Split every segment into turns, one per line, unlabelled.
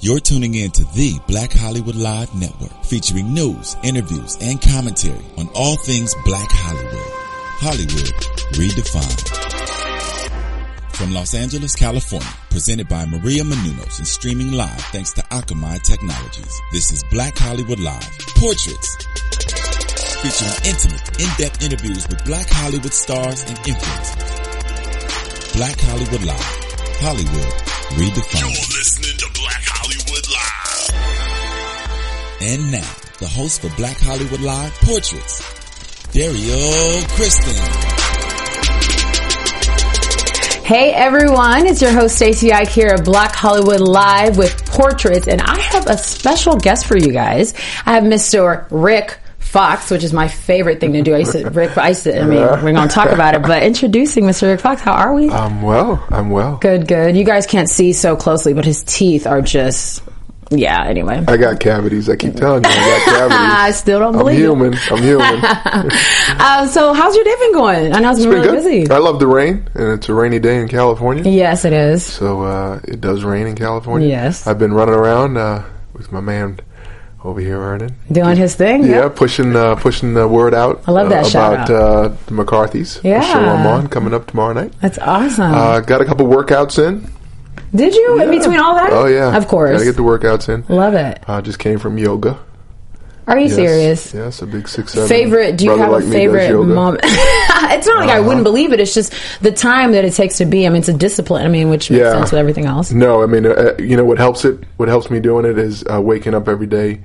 You're tuning in to the Black Hollywood Live Network, featuring news, interviews, and commentary on all things Black Hollywood. Hollywood redefined. From Los Angeles, California, presented by Maria Menunos and streaming live thanks to Akamai Technologies. This is Black Hollywood Live Portraits, featuring intimate, in-depth interviews with Black Hollywood stars and influencers. Black Hollywood Live, Hollywood redefined.
You're listening to Black Hollywood Live.
And now, the host for Black Hollywood Live Portraits, Dario Kristen.
Hey everyone, it's your host Stacey Ike here at Black Hollywood Live with Portraits, and I have a special guest for you guys. I have Mr. Rick Fox, which is my favorite thing to do. I said, Rick, I said, I mean, we're going to talk about it, but introducing Mr. Rick Fox, how are we?
I'm well. I'm well.
Good, good. You guys can't see so closely, but his teeth are just. Yeah, anyway.
I got cavities. I keep telling you, I got cavities.
I still don't believe
I'm human. I'm human.
um, so, how's your day been going? I know it's, it's been, been really
good. Uh,
busy.
I love the rain, and it's a rainy day in California.
Yes, it is.
So, uh, it does rain in California.
Yes.
I've been running around uh, with my man over here earning,
doing his thing.
Yeah, yeah. pushing uh, pushing the word out.
I love that
uh, about uh, the McCarthy's.
Yeah,
show I'm on coming up tomorrow night. Uh,
That's awesome.
got a couple workouts in.
Did you yeah. in between all that?
Oh yeah,
of course.
Gotta get the workouts in.
Love it.
I just came from yoga.
Are you
yes,
serious?
Yes, a big success.
Favorite? Do you have like a favorite moment? it's not like uh-huh. I wouldn't believe it. It's just the time that it takes to be. I mean, it's a discipline. I mean, which makes yeah. Mm. sense with everything else.
No, I mean, uh, you know what helps it? What helps me doing it is uh, waking up every day,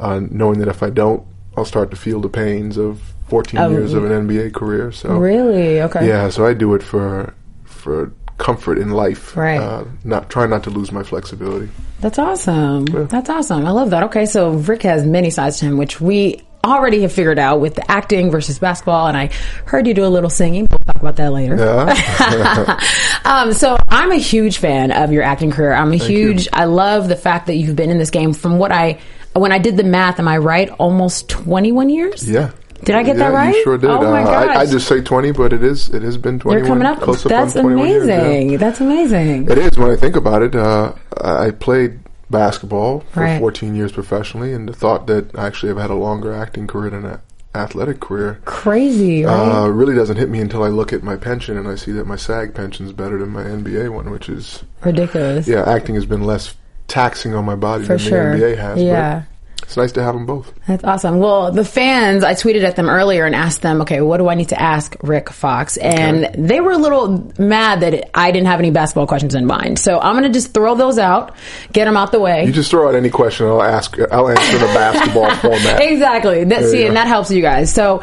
uh, knowing that if I don't, I'll start to feel the pains of 14 oh, years yeah. of an NBA career. So
really, okay,
yeah. So I do it for for comfort in life.
Right. Uh,
not trying not to lose my flexibility.
That's awesome. Yeah. That's awesome. I love that. Okay, so Rick has many sides to him, which we already have figured out with the acting versus basketball. And I heard you do a little singing. We'll talk about that later.
Yeah.
um, so I'm a huge fan of your acting career. I'm a Thank huge. You. I love the fact that you've been in this game. From what I when I did the math, am I right? Almost 21 years.
Yeah.
Did I get
yeah,
that right?
You sure did.
Oh my
uh,
gosh.
I, I, just say twenty, but it is it has been twenty.
You're coming up.
Close
That's
up on
amazing.
Years, yeah.
That's amazing.
It is when I think about it. Uh, I played basketball for
right.
fourteen years professionally, and the thought that I actually have had a longer acting career than an athletic career
crazy right?
uh, really doesn't hit me until i look at my pension and i see that my sag pension's better than my nba one which is
ridiculous
yeah acting has been less taxing on my body
for
than
sure.
the nba has
yeah
it's nice to have them both.
That's awesome. Well, the fans, I tweeted at them earlier and asked them, okay, what do I need to ask Rick Fox? And okay. they were a little mad that it, I didn't have any basketball questions in mind. So I'm going to just throw those out, get them out the way.
You just throw out any question, I'll ask, I'll answer in a basketball format.
Exactly. That, there see, and that helps you guys. So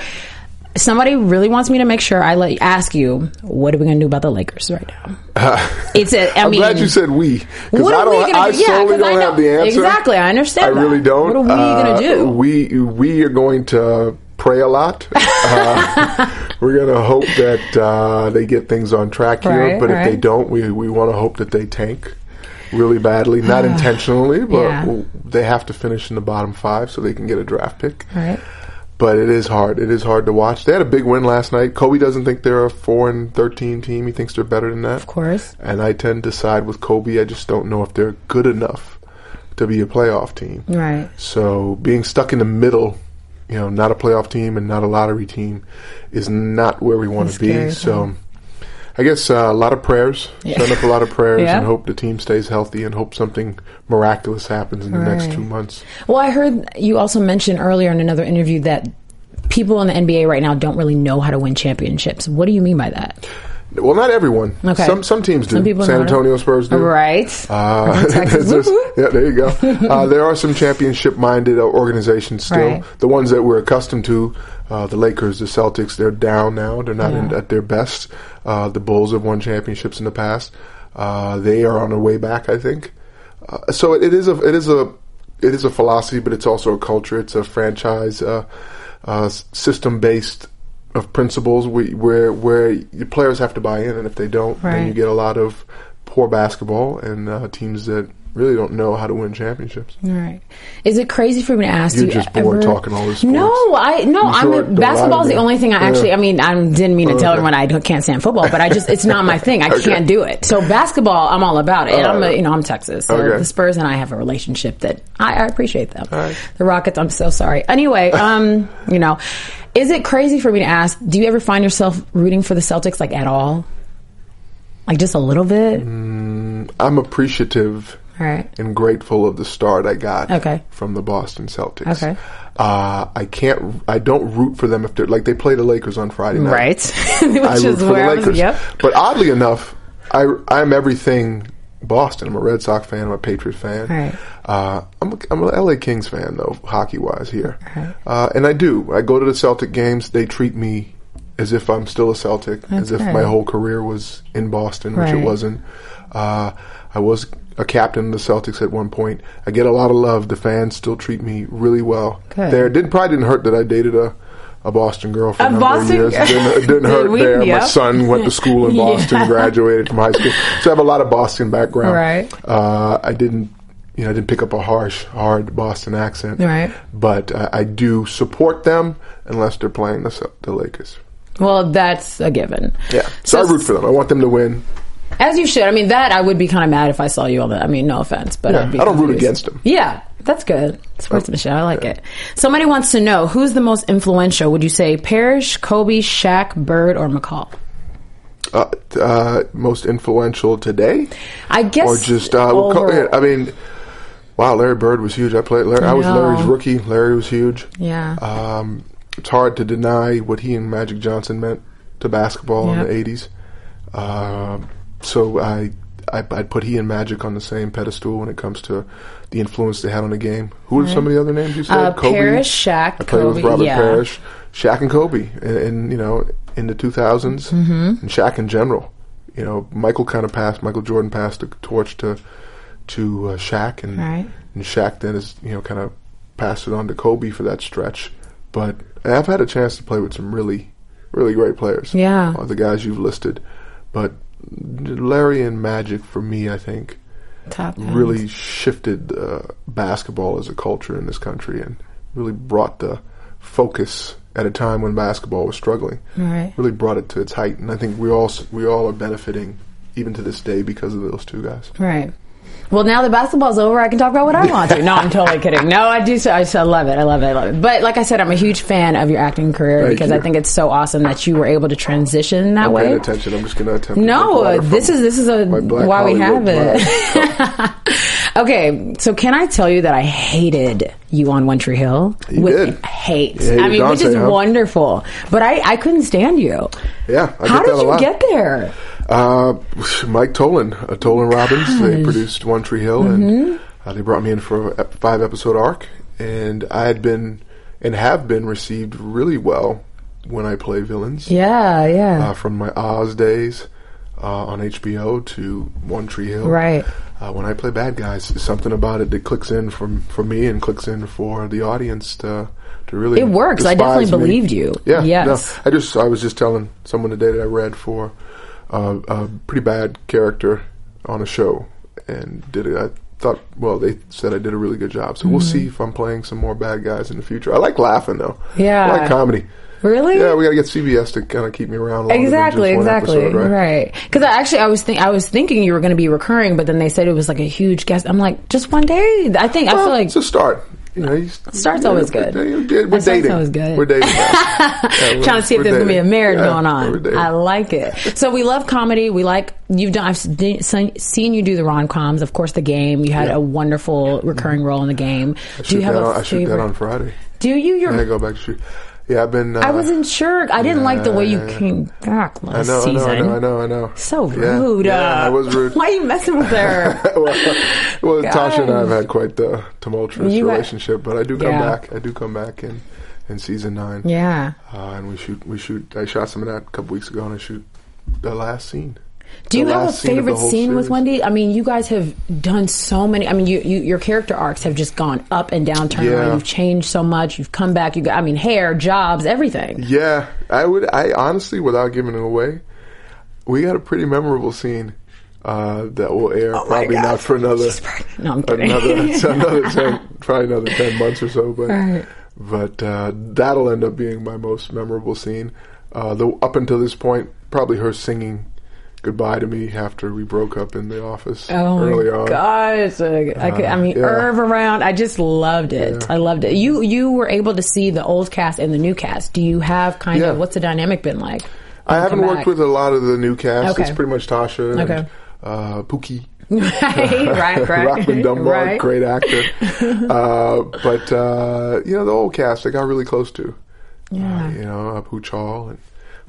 somebody really wants me to make sure I let ask you, what are we going to do about the Lakers right now? Uh, it's a, I
I'm
mean,
glad you said we.
What
I
are we going to do?
I
yeah,
solely don't
I know,
have the answer.
Exactly, I understand.
I really
that.
don't.
What are we
uh,
going to do?
We we are going to pray a lot. Uh, we're going to hope that uh, they get things on track here.
Right,
but
right.
if they don't, we we want to hope that they tank really badly, not intentionally, but
yeah.
they have to finish in the bottom five so they can get a draft pick.
Right
but it is hard. It is hard to watch. They had a big win last night. Kobe doesn't think they're a four and thirteen team. He thinks they're better than that.
Of course.
And I tend to side with Kobe. I just don't know if they're good enough to be a playoff team.
Right.
So being stuck in the middle, you know, not a playoff team and not a lottery team, is not where we want to be. So. I guess uh, a lot of prayers.
Yeah.
Send up a lot of prayers
yeah.
and hope the team stays healthy and hope something miraculous happens in the
Right.
next two months.
Well, I heard you also mentioned earlier in another interview that people in the NBA right now don't really know how to win championships. What do you mean by that?
Well, not everyone.
Okay.
Some some teams do.
Some people
San
know.
Antonio Spurs do.
Right.
Uh,
Texas.
there's-
Woo-hoo.
yeah, there you go. Uh, there are some championship-minded uh, organizations still.
Right.
The ones that we're accustomed to, uh, the Lakers, the Celtics, they're down now. They're not in,
Yeah.
at their best. Uh, the Bulls have won championships in the past. Uh, they are on their way back, I think. Uh, so it, it is a it is a it is a philosophy, but it's also a culture. It's a franchise uh, uh, system based of principles where, where where the players have to buy in, and if they don't,
Right.
then you get a lot of poor basketball and uh, teams that really don't know how to win championships.
All right. Is it crazy for me to ask
You're
you?
just bored
ever-
talking all this
No,
sports.
I no.
You
I'm
sure
a,
don't
basketball
lie
is the
to me.
only thing I
Yeah.
actually. I mean, I didn't mean to tell
Okay.
everyone I don't- can't stand football, but I just it's not my thing. I can't do it. So basketball, I'm all about it. And I'm a, you know I'm Texas. So
Okay.
the Spurs and I have a relationship that I, I appreciate them.
right.
The Rockets, I'm so sorry. Anyway, um, you know, is it crazy for me to ask? Do you ever find yourself rooting for the Celtics like at all? Like just a little bit.
Mm. I'm appreciative
All right.
and grateful of the start I got
Okay.
from the Boston Celtics.
Okay.
Uh, I can't. I don't root for them if they're like they play the Lakers on Friday night.
Right.
I
Which
root
is
for
where
the
I was.
Lakers.
Yep.
But oddly enough, I I'm everything Boston. I'm a Red Sox fan. I'm a Patriot fan.
Right.
Uh, I'm a, I'm a LA Kings fan though, hockey wise here. Uh, and I do. I go to the Celtic games. They treat me as if I'm still a Celtic, as if
Okay.
my whole career was in Boston, which
Right.
it wasn't. Uh, I was a captain of the Celtics at one point. I get a lot of love. The fans still treat me really well.
Good.
There, it didn't probably didn't hurt that I dated a. A Boston girl for
A
a number
Boston-
of years. It didn't, it didn't
Did
hurt
we?
there.
Yep.
My son went to school in
Yeah.
Boston, graduated from high school, so I have a lot of Boston background.
Right.
Uh, I didn't, you know, I didn't pick up a harsh, hard Boston accent.
Right.
But uh, I do support them unless they're playing the, Cel- the Lakers.
Well, that's a given.
Yeah. So, I root for them. I want them to win.
As you should. I mean, that I would be kind of mad if I saw you on that. I mean, no offense, but
Yeah,
I'd be
I don't root
confused.
against 'em.
Yeah, that's good. Sportsmanship. I like it. Somebody wants to know who's the most influential. Would you say Parrish, Kobe, Shaq, Bird, or McCall?
Uh, t- uh, most influential today,
I guess.
or just uh, well, co-
overall.
yeah, I mean, wow, Larry Bird was huge. I played. Larry, I was
know.
Larry's rookie. Larry was huge.
yeah.
Um, it's hard to deny what he and Magic Johnson meant to basketball in
Yep.
the '80s. Um so I, I I'd put he and Magic on the same pedestal when it comes to the influence they had on the game. Who are some of the other names you said?
Uh, Parrish, Shaq,
I played
Kobe,
with Robert
yeah.
Parrish, Shaq, and Kobe, and, and you know in the 2000s,
Mm-hmm.
and Shaq in general. You know, Michael kind of passed. Michael Jordan passed the torch to to uh, Shaq, and
Right.
and Shaq then is you know kind of passed it on to Kobe for that stretch. But I've had a chance to play with some really, really great players.
Yeah.
uh, the guys you've listed, but Larry and Magic for me, I think,
Top
really shifted uh, basketball as a culture in this country and really brought the focus at a time when basketball was struggling.
Right.
Really brought it to its height, and I think we all s- we all are benefiting even to this day because of those two guys.
Right. Well, now the basketball's over. I can talk about what I want to. No, I'm totally kidding. No, I do. So, I, so I love it. I love it. I love it. But like I said, I'm a huge fan of your acting career
Thank
because I
you.
think it's so awesome that you were able to transition in that
I'm
way.
paying attention. I'm just going to attempt. to drink
No,
water
uh,
from
this is this is a
my Black
why we have
Hollywood
it.
glass cup.
okay, so can I tell you that I hated you on One Tree Hill?
You did.
hate.
You hated
I mean, which is
Dante, huh?
wonderful, but I I couldn't stand you.
Yeah, I
How
get
did
that a
you
lot.
get there?
Uh, Mike Tolan, uh, Tolan Robbins. They produced One Tree Hill, and uh, they brought me in for a five episode arc. And I had been and have been received really well when I play villains.
Yeah, yeah.
Uh, from my Oz days uh, on HBO to One Tree Hill.
Right.
Uh, when I play bad guys, there's something about it that clicks in from for me and clicks in for the audience to to really.
It works. I definitely
despise me.
believed you.
Yeah.
Yes.
no, I just I was just telling someone today that I read for uh, a pretty bad character on a show and did it. I thought well they said I did a really good job. So
Mm-hmm.
we'll see if I'm playing some more bad guys in the future. I like laughing though.
Yeah.
I like comedy.
really?
Yeah, we got to get CBS to kind of keep me around. Longer
Exactly,
than just one
exactly,
episode, right?
right? Because I actually, I was think I was thinking you were going to be recurring, but then they said it was like a huge guest. I'm like, just one day. I think I
Well,
feel like
it's a start. You know, you, starts
always good.
We're,
A start's
dating.
always good.
We're dating. now. Yeah, we're-
trying to see if
we're
there's going to be a
dating.
marriage
Yeah,
going
we're
on.
dating.
I like it. So we love comedy. We like you've done. I've seen, seen you do the rom coms. Of course, the game. You had
Yeah.
a wonderful recurring role in the game. do
shoot
you have
that
a
on, I shoot that
favorite?
on Friday.
do you? Your
I go back to shoot. Yeah, I've been. Uh,
I wasn't sure. I didn't like the way you
yeah, yeah.
came back
I
last
know, I know,
season.
I know, I know, I know.
So
Yeah,
rude.
yeah,
uh,
I was rude.
Why are you messing with her?
well, well
God.
Tasha and I have had quite the tumultuous
You got-
relationship, but I do come
Yeah.
back. I do come back in, in season nine.
yeah.
Uh, and we shoot, we shoot. I shot some of that a couple weeks ago, and I shoot the last scene.
Do you
the
have a
last scene of the
favorite
whole
scene, with
series.
Wendy? I mean, you guys have done so many. I mean, you, you your character arcs have just gone up and down, turn around.
Yeah.
You've changed so much. You've come back. You, got, I mean, hair, jobs, everything.
Yeah, I would. I honestly, without giving it away, we got a pretty memorable scene uh, that will air
Oh my
probably
God.
not for another
She's pregnant. No, I'm kidding.
another, so another 10, probably another 10 months or so but
Right.
but uh, that'll end up being my most memorable scene uh, though up until this point probably her singing goodbye to me after we broke up in the office
Oh
early
my
on Uh,
gosh! I, I could- I mean,
yeah.
Irv around. I just loved it. I loved it. You you were able to see the old cast and the new cast. Do you have kind
Yeah.
of what's the dynamic been like?
I haven't
come
worked
back.
with a lot of the new cast
Okay.
it's pretty much Tasha and
Okay.
uh, Pookie
right, right, right.
Rockman Dunbar,
right.
great actor. uh, but uh, you know the old cast I got really close to.
Yeah.
Uh, you know, uh, Puchal and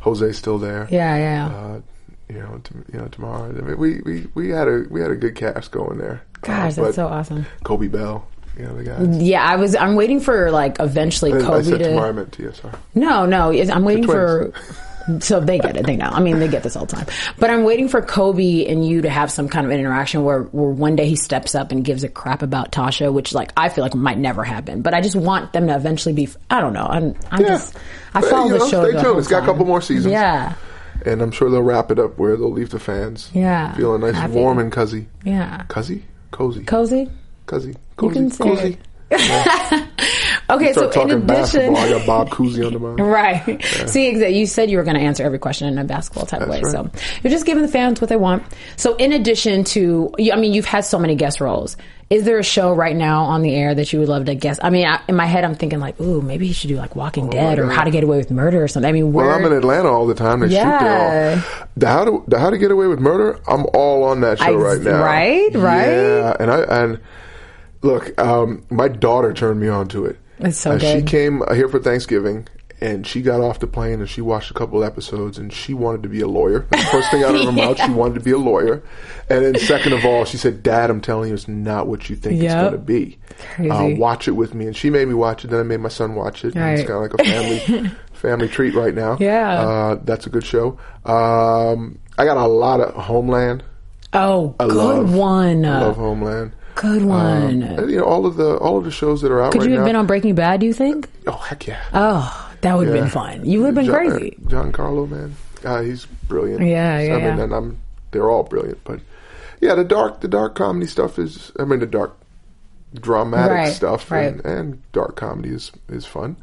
Jose's still there.
Yeah, yeah.
Uh, you know, t- you know, tomorrow. I mean, we, we, we had a we had a good cast going there.
Gosh,
Uh, but
that's so awesome.
Kobe Bell, you know the guys.
Yeah, I was. I'm waiting for like eventually
I,
Kobe
I said
to.
tomorrow. I meant to. Yeah, sorry.
No, no. it's- I'm waiting for.
twins.
So they get it. They know. I mean, they get this all the time. But I'm waiting for Kobe and you to have some kind of interaction where, where one day he steps up and gives a crap about Tasha, which like I feel like might never happen. But I just want them to eventually be. I don't know. I'm. I'm
Yeah.
just. I
But,
follow
you
the
know,
show.
stay
the
tuned.
whole
It's got a
time.
couple more seasons.
Yeah.
And I'm sure they'll wrap it up where they'll leave the fans.
Yeah.
feeling nice,
Happy.
warm, and cozy.
Yeah.
Cozy, cozy,
Cozy.
cozy,
You
cozy,
can say
cozy.
it. Okay. So
Start
in
talking
addition.
basketball. I got Bob Cousy on the mind.
Right. See, exactly. You said you were going to answer every question in a basketball type way.
right.
So you're just giving the fans what they want. So, in addition to, you- I mean, you've had so many guest roles. Is there a show right now on the air that you would love to guest? I mean, I, in my head, I'm thinking like, ooh, maybe he should do like Walking Dead or
Oh God.
How to Get Away with Murder or something. I mean, where,
Well, I'm in Atlanta all the time. They shoot
Yeah.
there all. The how to the how to get away with murder. I'm all on that show
Ex-
right now.
right, right.
Yeah, and I and look, um, my daughter turned me on to it.
It's so
Uh, She
good.
came here for Thanksgiving. And she got off the plane and she watched a couple episodes and she wanted to be a lawyer. The first thing out of her mouth, she wanted to be a lawyer. And then second of all, she said, Dad, I'm telling you, it's not what you think it's
Yep.
going to be.
Crazy.
Uh, watch it with me. And she made me watch it. Then I made my son watch it. And it's
Right.
kind of like a family family treat right now.
Yeah.
uh, that's a good show. Um, I got a lot of Homeland.
oh,
I
good
love,
one.
I love Homeland.
Good one.
Um, you know all of the all of the shows that are out
Could
right
you have
now.
been on Breaking Bad, do you think?
oh heck yeah!
Oh, that would have been fun. You would have been
John,
crazy.
John Carlo, man, uh, he's brilliant.
Yeah, yeah,
I mean,
yeah.
and I'm they're all brilliant, but yeah, the dark the dark comedy stuff is. I mean, the dark dramatic
Right,
stuff
right.
and, and dark comedy is is fun,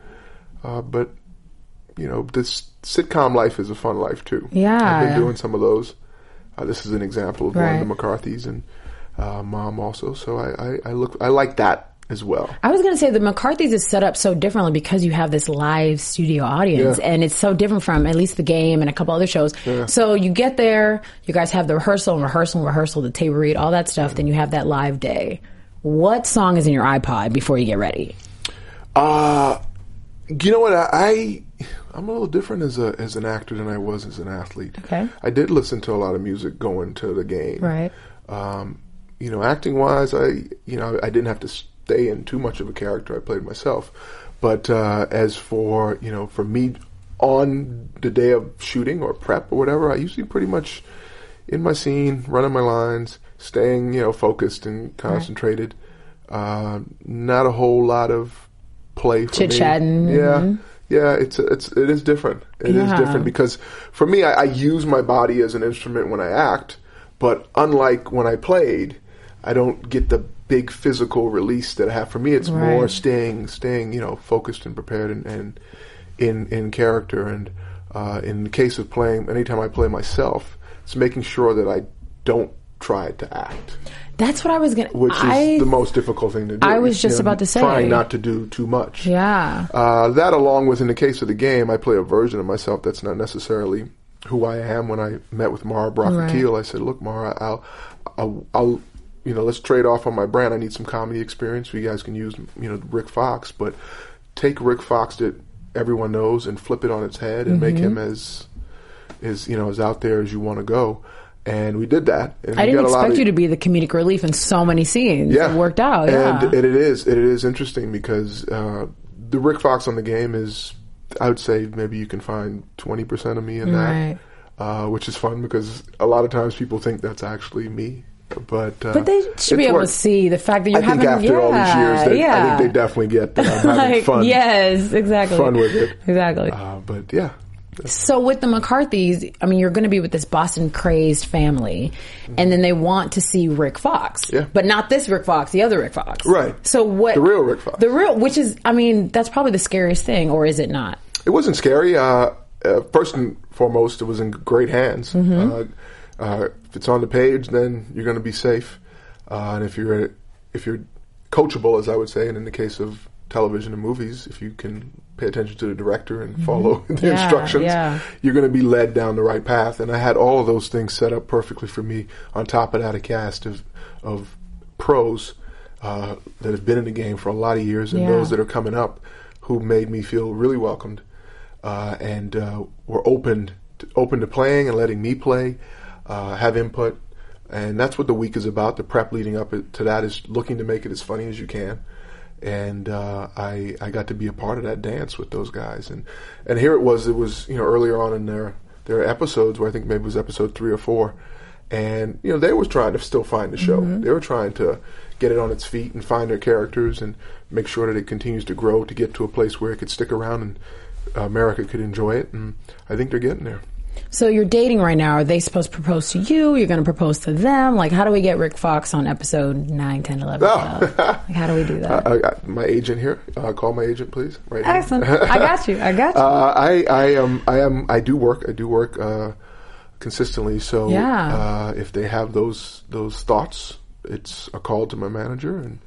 uh, but you know, this sitcom life is a fun life too. I've
Yeah.
been doing some of those. Uh, this is an example of one
Right.
of the McCarthy's and uh, mom also. So I, I, I look I like that as well.
I was going to say the McCarthy's is set up so differently because you have this live studio audience
Yeah.
and it's so different from at least the game and a couple other shows. So you get there, you guys have the rehearsal and rehearsal and rehearsal, the table read, all that stuff. Then you have that live day. What song is in your iPod before you get ready?
Uh you know what I, I I'm a little different as a as an actor than I was as an athlete.
Okay.
I did listen to a lot of music going to the game.
Right.
Um, you know, acting wise, I you know I didn't have to stay in too much of a character. I played myself. But uh, as for you know, for me, on the day of shooting or prep or whatever, I usually pretty much in my scene, running my lines, staying you know focused and concentrated. Uh, not a whole lot of play for me.
Chit-chatting. mm-hmm.
Yeah, yeah. It's it's it is different. It is
Yeah.
different because for me, I, I use my body as an instrument when I act, but unlike when I played, I don't get the big physical release that I have. For me, it's more
Right.
staying, staying, you know, focused and prepared and, and in in character. And uh, in the case of playing, anytime I play myself, it's making sure that I don't try to act,
That's what I was going to.
which is
I,
the most difficult thing to do.
I was just
You know,
about to say.
trying not to do too much.
Yeah.
Uh, that, along with in the case of the game, I play a version of myself that's not necessarily who I am. When I met with Mara Brock
Right.
Keel, I said, "Look, Mara, I'll, I'll, I'll, you know, let's trade off on my brand. I need some comedy experience. You guys can use, you know, Rick Fox, but take Rick Fox that everyone knows and flip it on its head and
Mm-hmm.
make him as, as you know, as out there as you want to go." And we did that. And
I
we
didn't
got a lot
expect
of-
you to be the comedic relief in so many scenes. It worked out. Yeah.
and, and it is it is interesting because uh, the Rick Fox on the game is, I would say maybe you can find twenty percent of me in that,
Right.
uh, which is fun because a lot of times people think that's actually me, but uh,
but they should be
it's
able
worked.
to see the fact that you're
I
having
think after all these years, they,
yeah.
I think they definitely get that I'm having
like,
fun,
Yes, exactly.
fun with it.
Exactly.
Uh, but yeah,
So with the McCarthys, I mean, you're going to be with this Boston crazed family, and then they want to see Rick Fox,
Yeah.
but not this Rick Fox, the other Rick Fox,
Right.
So what
The real Rick Fox.
the real, which is, I mean, that's probably the scariest thing, or is it not?
It wasn't scary. Uh, uh, first and foremost, it was in great hands.
Mm-hmm.
Uh, uh, if it's on the page, then you're going to be safe. Uh, and if you're if you're coachable, as I would say, and in the case of television and movies, if you can pay attention to the director and follow the
Mm-hmm. Yeah,
instructions,
yeah.
you're going to be led down the right path. And I had all of those things set up perfectly for me. On top of that, a cast of of pros uh, that have been in the game for a lot of years, and
Yeah.
those that are coming up, who made me feel really welcomed, uh, and uh, were open to, open to playing and letting me play, uh, have input, and that's what the week is about. The prep leading up to that is looking to make it as funny as you can and uh, I I got to be a part of that dance with those guys and and here it was it was you know earlier on in their their episodes where I think maybe it was episode three or four and you know they were trying to still find the show they were trying to get it on its feet and find their characters and make sure that it continues to grow to get to a place where it could stick around and America could enjoy it and I think they're getting there.
So you're dating right now. Are they supposed to propose to you? You're going to propose to them? Like, how do we get Rick Fox on episode 9, 10, 11, 12? Like, how do we do that?
Oh. I, I, Uh, my agent here, uh, call my agent, please. Right. here.
Excellent. I got you. I got you.
Uh, I I am I am I do work I do work uh, consistently. So
Yeah.
uh, if they have those those thoughts, it's a call to my manager, and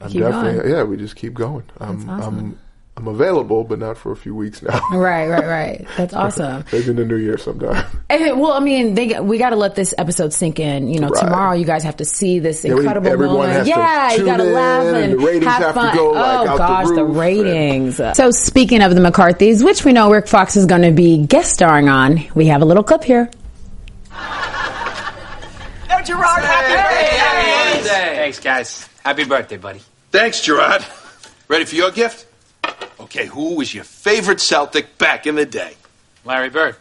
I'm
Keep
definitely
going.
yeah. We just keep going. I'm
awesome.
I'm I'm available, but not for a few weeks now.
right, right, right. That's awesome.
Maybe in the new year sometime.
Eh, well, I mean, they, we got to let this episode sink in. You know,
Right.
tomorrow you guys have to see this
we-
incredible
everyone
moment.
has to
yeah, you
tune
gotta
in,
laugh
and
and
the ratings
have,
have to
fun.
go,
oh
like, out the
gosh, the,
roof,
ratings. So speaking of the McCarthys, which we know Rick Fox is going to be guest starring on, we have a little clip here.
Oh, Gerard, happy birthday!
Thanks, guys. Happy birthday, buddy.
Thanks, Gerard. Ready for your gift? Okay, who was your favorite Celtic back in the day?
Larry Bird.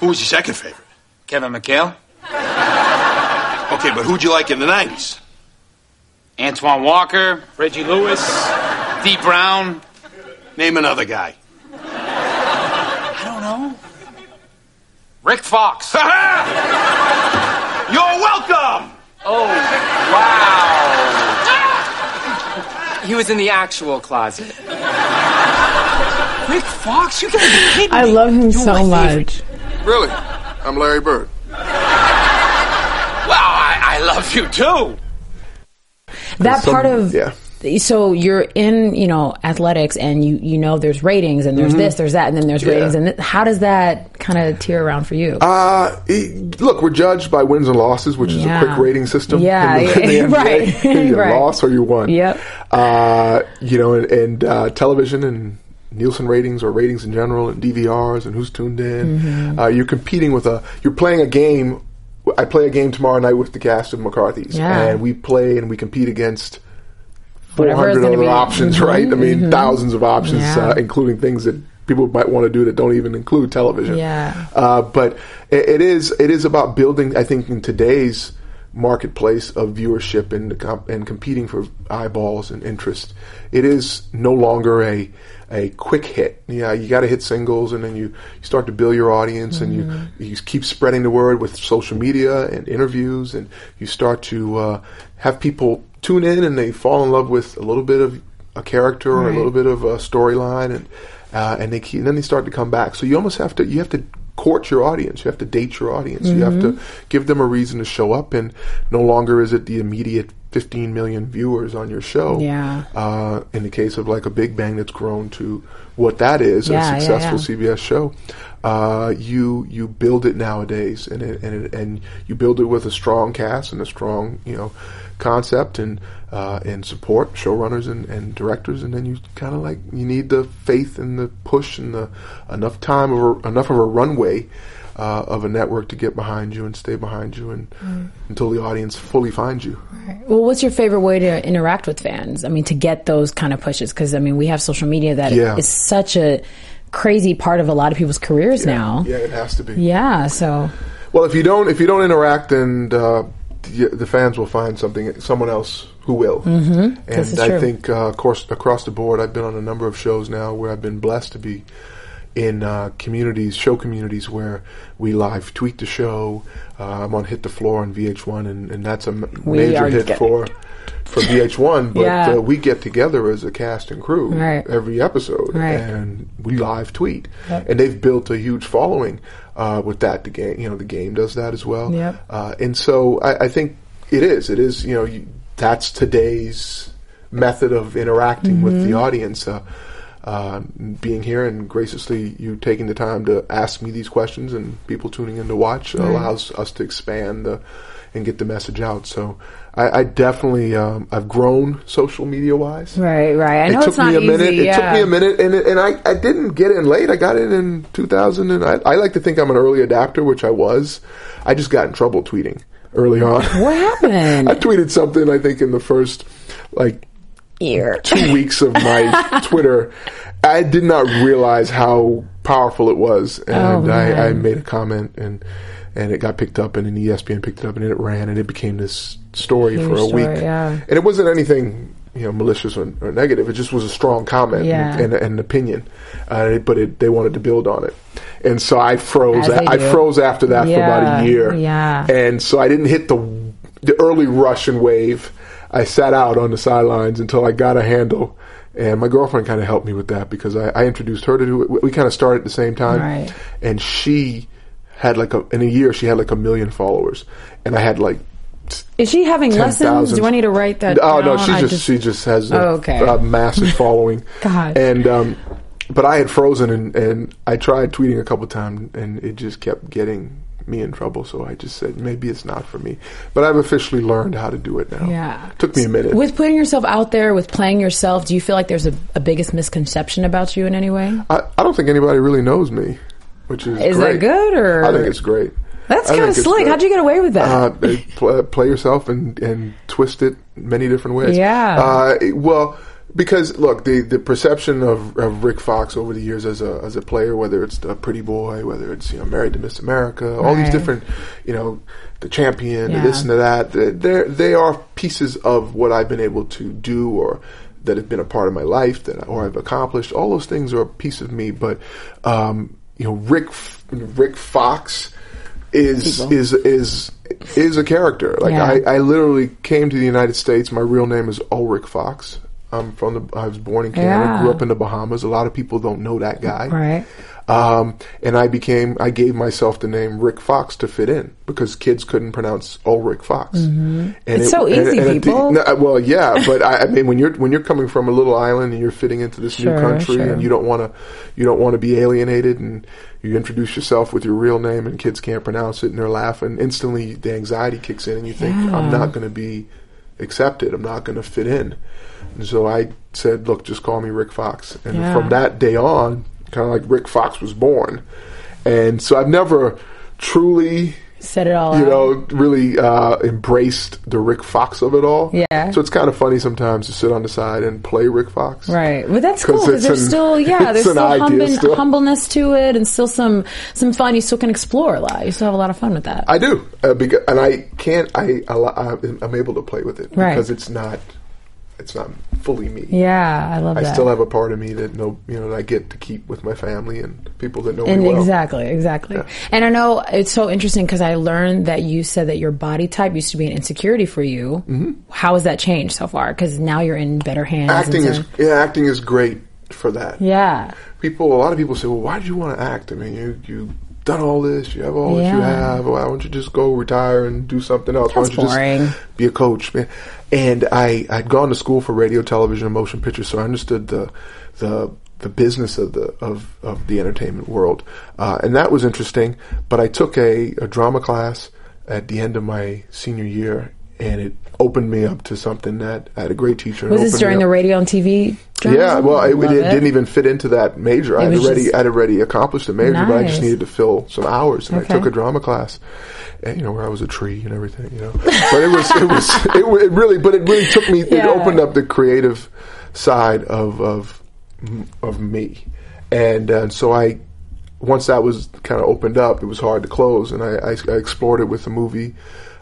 Who was your second favorite?
Kevin McHale.
Okay, but who'd you like in the 90s?
Antoine Walker. Reggie Lewis. Dee Brown.
Name another guy.
I don't know. Rick Fox.
Ha-ha! You're welcome!
Oh, wow. He was in the actual closet. Rick Fox? You gotta be kidding
I
me.
love him
You're
so
my favorite.
much.
really, I'm Larry Bird.
Well, I, I love you too.
That
Some-
part of
yeah.
so you're in you know athletics and you you know there's ratings and there's
Mm-hmm.
this there's that and then there's ratings and th- how does that kind of tear around for you
Uh, it- look, we're judged by wins and losses, which is
Yeah.
a quick rating system.
Yeah,
in the, in the
yeah,
NBA.
right,
you
right.
lost or you won.
Yep.
Uh, you know, and, and uh, television and Nielsen ratings or ratings in general, and DVRs and who's tuned in.
Mm-hmm.
Uh, you're competing with a. You're playing a game. I play a game tomorrow night with the cast of McCarthy's,
Yeah.
and we play and we compete against four
Whatever is
hundred
gonna
other
be- Mm-hmm.
options, right? I mean, thousands of options,
Yeah.
uh, including things that people might want to do that don't even include television.
Yeah.
Uh, but it, it is it is about building. I think in today's marketplace of viewership and the comp- and competing for eyeballs and interest, it is no longer a a quick hit. Yeah, you got to hit singles, and then you, you start to build your audience, and
Mm-hmm.
you you keep spreading the word with social media and interviews, and you start to uh, have people tune in, and they fall in love with a little bit of a character or a
Right.
little bit of a storyline, and uh, and they keep, and then they start to come back. So you almost have to you have to court your audience. You have to date your audience. You have to give them a reason to show up. And no longer is it the immediate 15 million viewers on your show.
Yeah.
Uh, in the case of like a Big Bang that's grown to what that is
Yeah, yeah,
a successful
yeah.
CBS show. Uh, you you build it nowadays, and it, and it, and you build it with a strong cast and a strong you know concept and uh, and support showrunners and, and directors, and then you kind of like you need the faith and the push and the enough time or enough of a runway. Uh, of a network to get behind you and stay behind you and
Mm.
until the audience fully finds you.
well what's your favorite way to interact with fans i mean to get those kind of pushes because i mean we have social media that is
Yeah.
such a crazy part of a lot of people's careers now
Yeah, it has to be.
yeah so
Well, if you don't if you don't interact and uh, the, the fans will find something, someone else who will. Mm-hmm.
This is
And I
true.
think, uh, of course, across the board, I've been on a number of shows now where I've been blessed to be in uh, communities, show communities where we live tweet the show. Uh, I'm on Hit the Floor on VH1, and, and that's a m-
We
major
are
hit
getting-
for for VH1. But
Yeah.
uh, we get together as a cast and crew
Right.
every episode,
Right.
and we live tweet,
Yep.
and they've built a huge following uh, with that. The game, you know, the game does that as well.
Yep.
Uh, and so I, I think it is. It is. You know, you, that's today's method of interacting with
Mm-hmm.
the audience. Uh, uh, being here and graciously you taking the time to ask me these questions and people tuning in to watch allows us to expand the, and get the message out. So I, I definitely um, I've grown social media wise.
Right, right. I know
it
it's
took
not
me a
easy.
minute. It
yeah.
took me a minute, and it- and I, I didn't get in late. I got in in 2000, and I, I like to think I'm an early adapter, which I was. I just got in trouble tweeting early on.
What happened?
I tweeted something I think in the first like
Ear.
two weeks of my Twitter. I did not realize how powerful it was, and
Oh,
I, I
man.
made a comment and. And it got picked up, and then E ESPN picked it up, and then it ran, and it became this story
Huge
for a
story,
week.
yeah.
And it wasn't anything you know malicious or, or negative. It just was a strong comment
Yeah.
and, and an opinion, uh, it- but it, they wanted to build on it. And so I froze.
As they
I
do.
froze after that for about
Yeah,
a year.
yeah.
And so I didn't hit the the early Russian wave. I sat out on the sidelines until I got a handle. And my girlfriend kind of helped me with that because I, I introduced her to do it. We- We kind of started at the same time,
Right.
and she had like a in a year she had like a million followers, and I had like
Is she having lessons?
10,000.
Do I need to write that?
Oh no,
down?
she
I
just, she just has a,
Oh, okay.
a massive following.
God.
And um, but I had frozen and and I tried tweeting a couple times and it just kept getting me in trouble. So I just said maybe it's not for me. But I've officially learned how to do it now.
Yeah.
took me a minute.
With putting yourself out there, with playing yourself, do you feel like there's a, a biggest misconception about you in any way?
I, I don't think anybody really knows me, which is
Is
great.
that good, or-
I think it's great.
That's
I
kinda
think it's
slick.
great.
How'd you get away with that?
Uh, they pl- play yourself and and twist it many different ways.
Yeah.
Uh, it- well. Because look, the, the perception of, of Rick Fox over the years as a as a player, whether it's the pretty boy, whether it's you know married to Miss America, all these
Right.
different, you know, the champion,
Yeah.
the this and the that, they they are pieces of what I've been able to do or that have been a part of my life that or I've accomplished. All those things are a piece of me, but um, you know, Rick F- Rick Fox is is is is a character. Like
Yeah.
I, I literally came to the United States. My real name is Ulrich Fox. I'm from the. I was born in Canada.
Yeah.
Grew up in the Bahamas. A lot of people don't know that guy.
Right.
Um, and I became. I gave myself the name Rick Fox to fit in because kids couldn't pronounce Ulrich Fox. And
Mm-hmm. It's so easy,
it-
people.
no, uh, well, yeah, but I, I mean, when you're when you're coming from a little island and you're fitting into this
Sure,
new country
sure.
and you don't want to you don't want to be alienated and you introduce yourself with your real name and kids can't pronounce it and they're laughing instantly the anxiety kicks in and you think
Yeah.
I'm not going to be accepted I'm not going to fit in and so I said look just call me Rick Fox and
Yeah.
from that day on kind of like Rick Fox was born and so I've never truly
Set it all
you
out.
know, really uh, embraced the Rick Fox of it all.
Yeah.
So it's kind of funny sometimes to sit on the side and play Rick Fox.
Right, but that's
'Cause
cool because
it's
there's
an-
still yeah,
it's
there's
an
still,
idea
humble,
still.
humbleness to it, and still some some fun. You still can explore a lot. You still have a lot of fun with that.
I do, uh, because, and I can't. I, I I'm- I'm able to play with it
Right.
because it's not it's not fully me.
yeah, I love
I
that.
still have a part of me that no, you know, that I get to keep with my family and people that know
And
me well.
exactly, exactly. And I know it's so interesting because I learned that you said that your body type used to be an insecurity for you.
Mm-hmm.
How has that changed so far? Because now you're in better hands. and
Acting
so-
is yeah, acting is great for that.
yeah,
people a lot of people say well why did you want to act i mean you you done all this you have all that you
Yeah.
have why don't you just go retire and do something else
That's
why don't you
boring.
just be a coach man and i i'd gone to school for radio television and motion picture so i understood the the the business of the of, of the entertainment world uh, and that was interesting but i took a, a drama class at the end of my senior year and it opened me up to something that I had a great teacher. and
was
opened
this
me
during
up-
the radio and TV?
yeah,
journalism?
well, it,
Love
it, didn't even fit into that major. I had
was
already,
just-
I'd already accomplished the major, but I
Nice.
just needed to fill some hours, and
Okay.
I took a drama class, and you know where I was a tree and everything, you know. But it was, it was, it, wa- it really, but it really took me. It
Yeah.
opened up the creative side of of of me, and uh, so I. Once that was kind of opened up, it was hard to close, and I, I, I explored it with a movie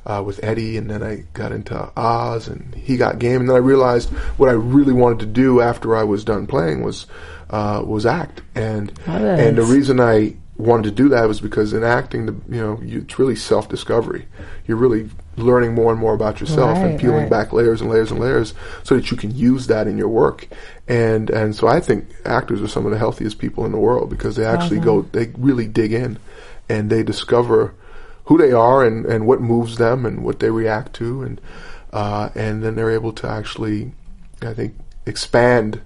uh, with Eddie, and then I got into Oz, and he got game, and then I realized what I really wanted to do after I was done playing was uh, was act, and
Nice.
and the reason I wanted to do that was because in acting, the, you know, you, it's really self discovery. You're really learning more and more about yourself
Right,
and peeling
right.
back layers and layers and layers so that you can use that in your work. And and so I think actors are some of the healthiest people in the world because they actually go they really dig in and they discover who they are and, and what moves them and what they react to and uh, and then they're able to actually I think expand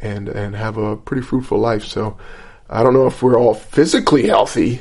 and and have a pretty fruitful life. So I don't know if we're all physically healthy,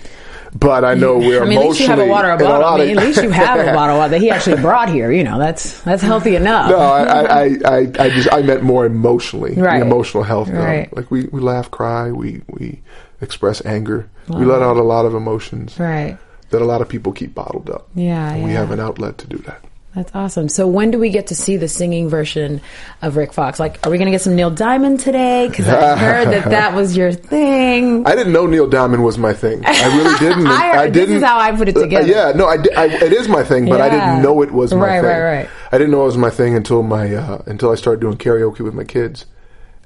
but I know we're
I mean, at least you have a
emotionally
water
and
bottle.
lot
I mean,
of-
at least you have a bottle of water that he actually brought here. You know, that's that's healthy enough.
No, I, I, I, I, I just I meant more emotionally,
Right.
the emotional health. um,
Right.
Like we, we laugh, cry, we we express anger, we let out a lot of emotions
Uh, Right.
that a lot of people keep bottled up.
Yeah,
and we
yeah.
have an outlet to do that.
That's awesome. So when do we get to see the singing version of Rick Fox? Like, are we going to get some Neil Diamond today? Because I heard that that was your thing.
I didn't know Neil Diamond was my thing. I really didn't.
I heard- this is
didn't.
how I put it
Uh,
together.
yeah, no, I, di- I- it is my thing, but I
Yeah.
didn't know it was my
Right,
thing.
right, right.
I didn't know it was my thing until my uh, until I started doing karaoke with my kids,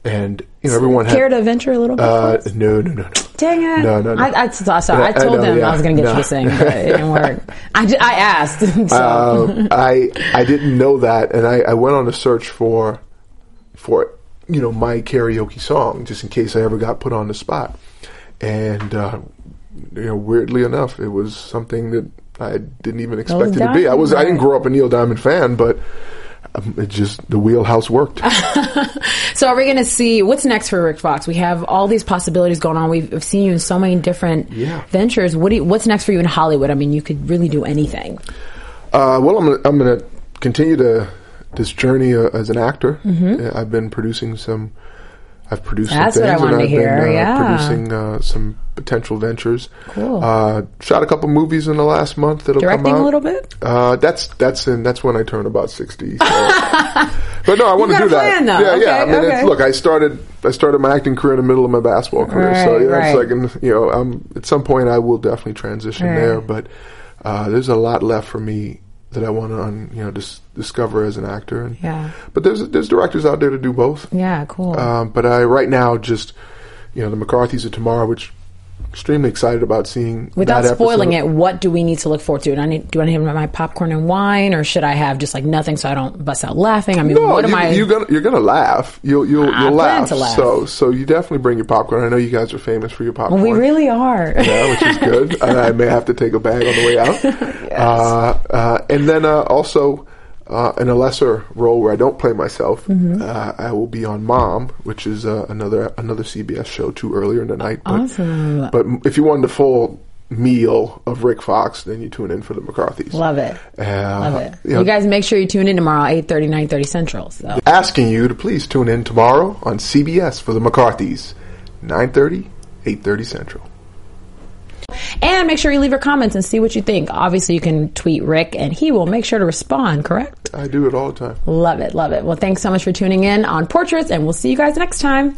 and you know everyone had-
Care to venture a little bit?
Uh,
Fox?
no, no, no, no.
Dang it!
No, no, no.
I, I, so- sorry, I
Yeah, I
told
know,
them I
yeah.
was going to get you
No.
to sing, but it didn't work. I, ju- I asked. So.
Um, I I didn't know that, and I, I went on a search for for you know my karaoke song just in case I ever got put on the spot, and uh, you know weirdly enough, it was something that I didn't even expect it to be. I was I didn't grow up a Neil Diamond fan, but um, it just the wheelhouse worked.
So are we going to see what's next for Rick Fox? We have all these possibilities going on. We've, we've seen you in so many different
Yeah.
ventures. What do you, what's next for you in Hollywood? I mean, you could really do anything.
Uh, well, I'm gonna, I'm going to continue to this journey uh, as an actor. Uh, I've been producing some. I've produced.
Mm-hmm. That's
some
what I
things, and
wanted to
I've been,
hear,
uh,
yeah.
producing uh, some potential ventures.
Cool.
Uh, shot a couple movies in the last month that'll
Directing
come out.
a little bit?
Uh, that's that's in that's when I turn about sixty. So. but no, I want to
got a
do that.
plan, though.
Yeah, yeah.
Okay,
I mean,
okay.
it's, look, I started I started my acting career in the middle of my basketball career, so
Right,
you know,
right.
it's like you know, I'm, at some point I will definitely transition
Right.
there. But uh, there's a lot left for me that I want to un, you know dis- discover as an actor. And,
Yeah. Mm-hmm.
But there's there's directors out there to do both.
Yeah, cool.
Um, but I right now just you know the McCarthy's of tomorrow, which extremely excited about seeing
Without
that
spoiling
episode.
it, what do we need to look forward to? Do I need, do I need my popcorn and wine, or should I have just like nothing so I don't bust out laughing? I mean,
No,
what am
you,
I? Ah,
you're gonna you're gonna laugh. You'll you'll,
I
you'll
plan
laugh.
to laugh.
So so you definitely bring your popcorn. I know you guys are famous for your popcorn.
we really are.
yeah, Uh, which is good. and I may have to take a bag on the way out. uh, uh, and then uh, also uh, in a lesser role where I don't play myself,
Mm-hmm.
uh, I will be on Mom, which is uh, another another CBS show too earlier in the night. But,
Awesome.
But if you wanted the full meal of Rick Fox, then you tune in for the McCarthy's.
Love it.
Uh,
Love it.
you know,
You guys make sure you tune in tomorrow, 8.30, 9.30 Central. So.
asking you to please tune in tomorrow on CBS for the McCarthys, 9:30, 8:30 Central.
And make sure you leave your comments and see what you think. Obviously, you can tweet Rick, and he will make sure to respond, correct?
I do it all the time.
Love it, love it. Well, thanks so much for tuning in on Portraits, and we'll see you guys next time.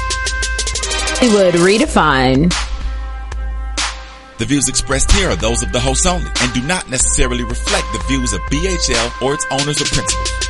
Hollywood Redefine.
The views expressed here are those of the host only and do not necessarily reflect the views of BHL or its owners or principals.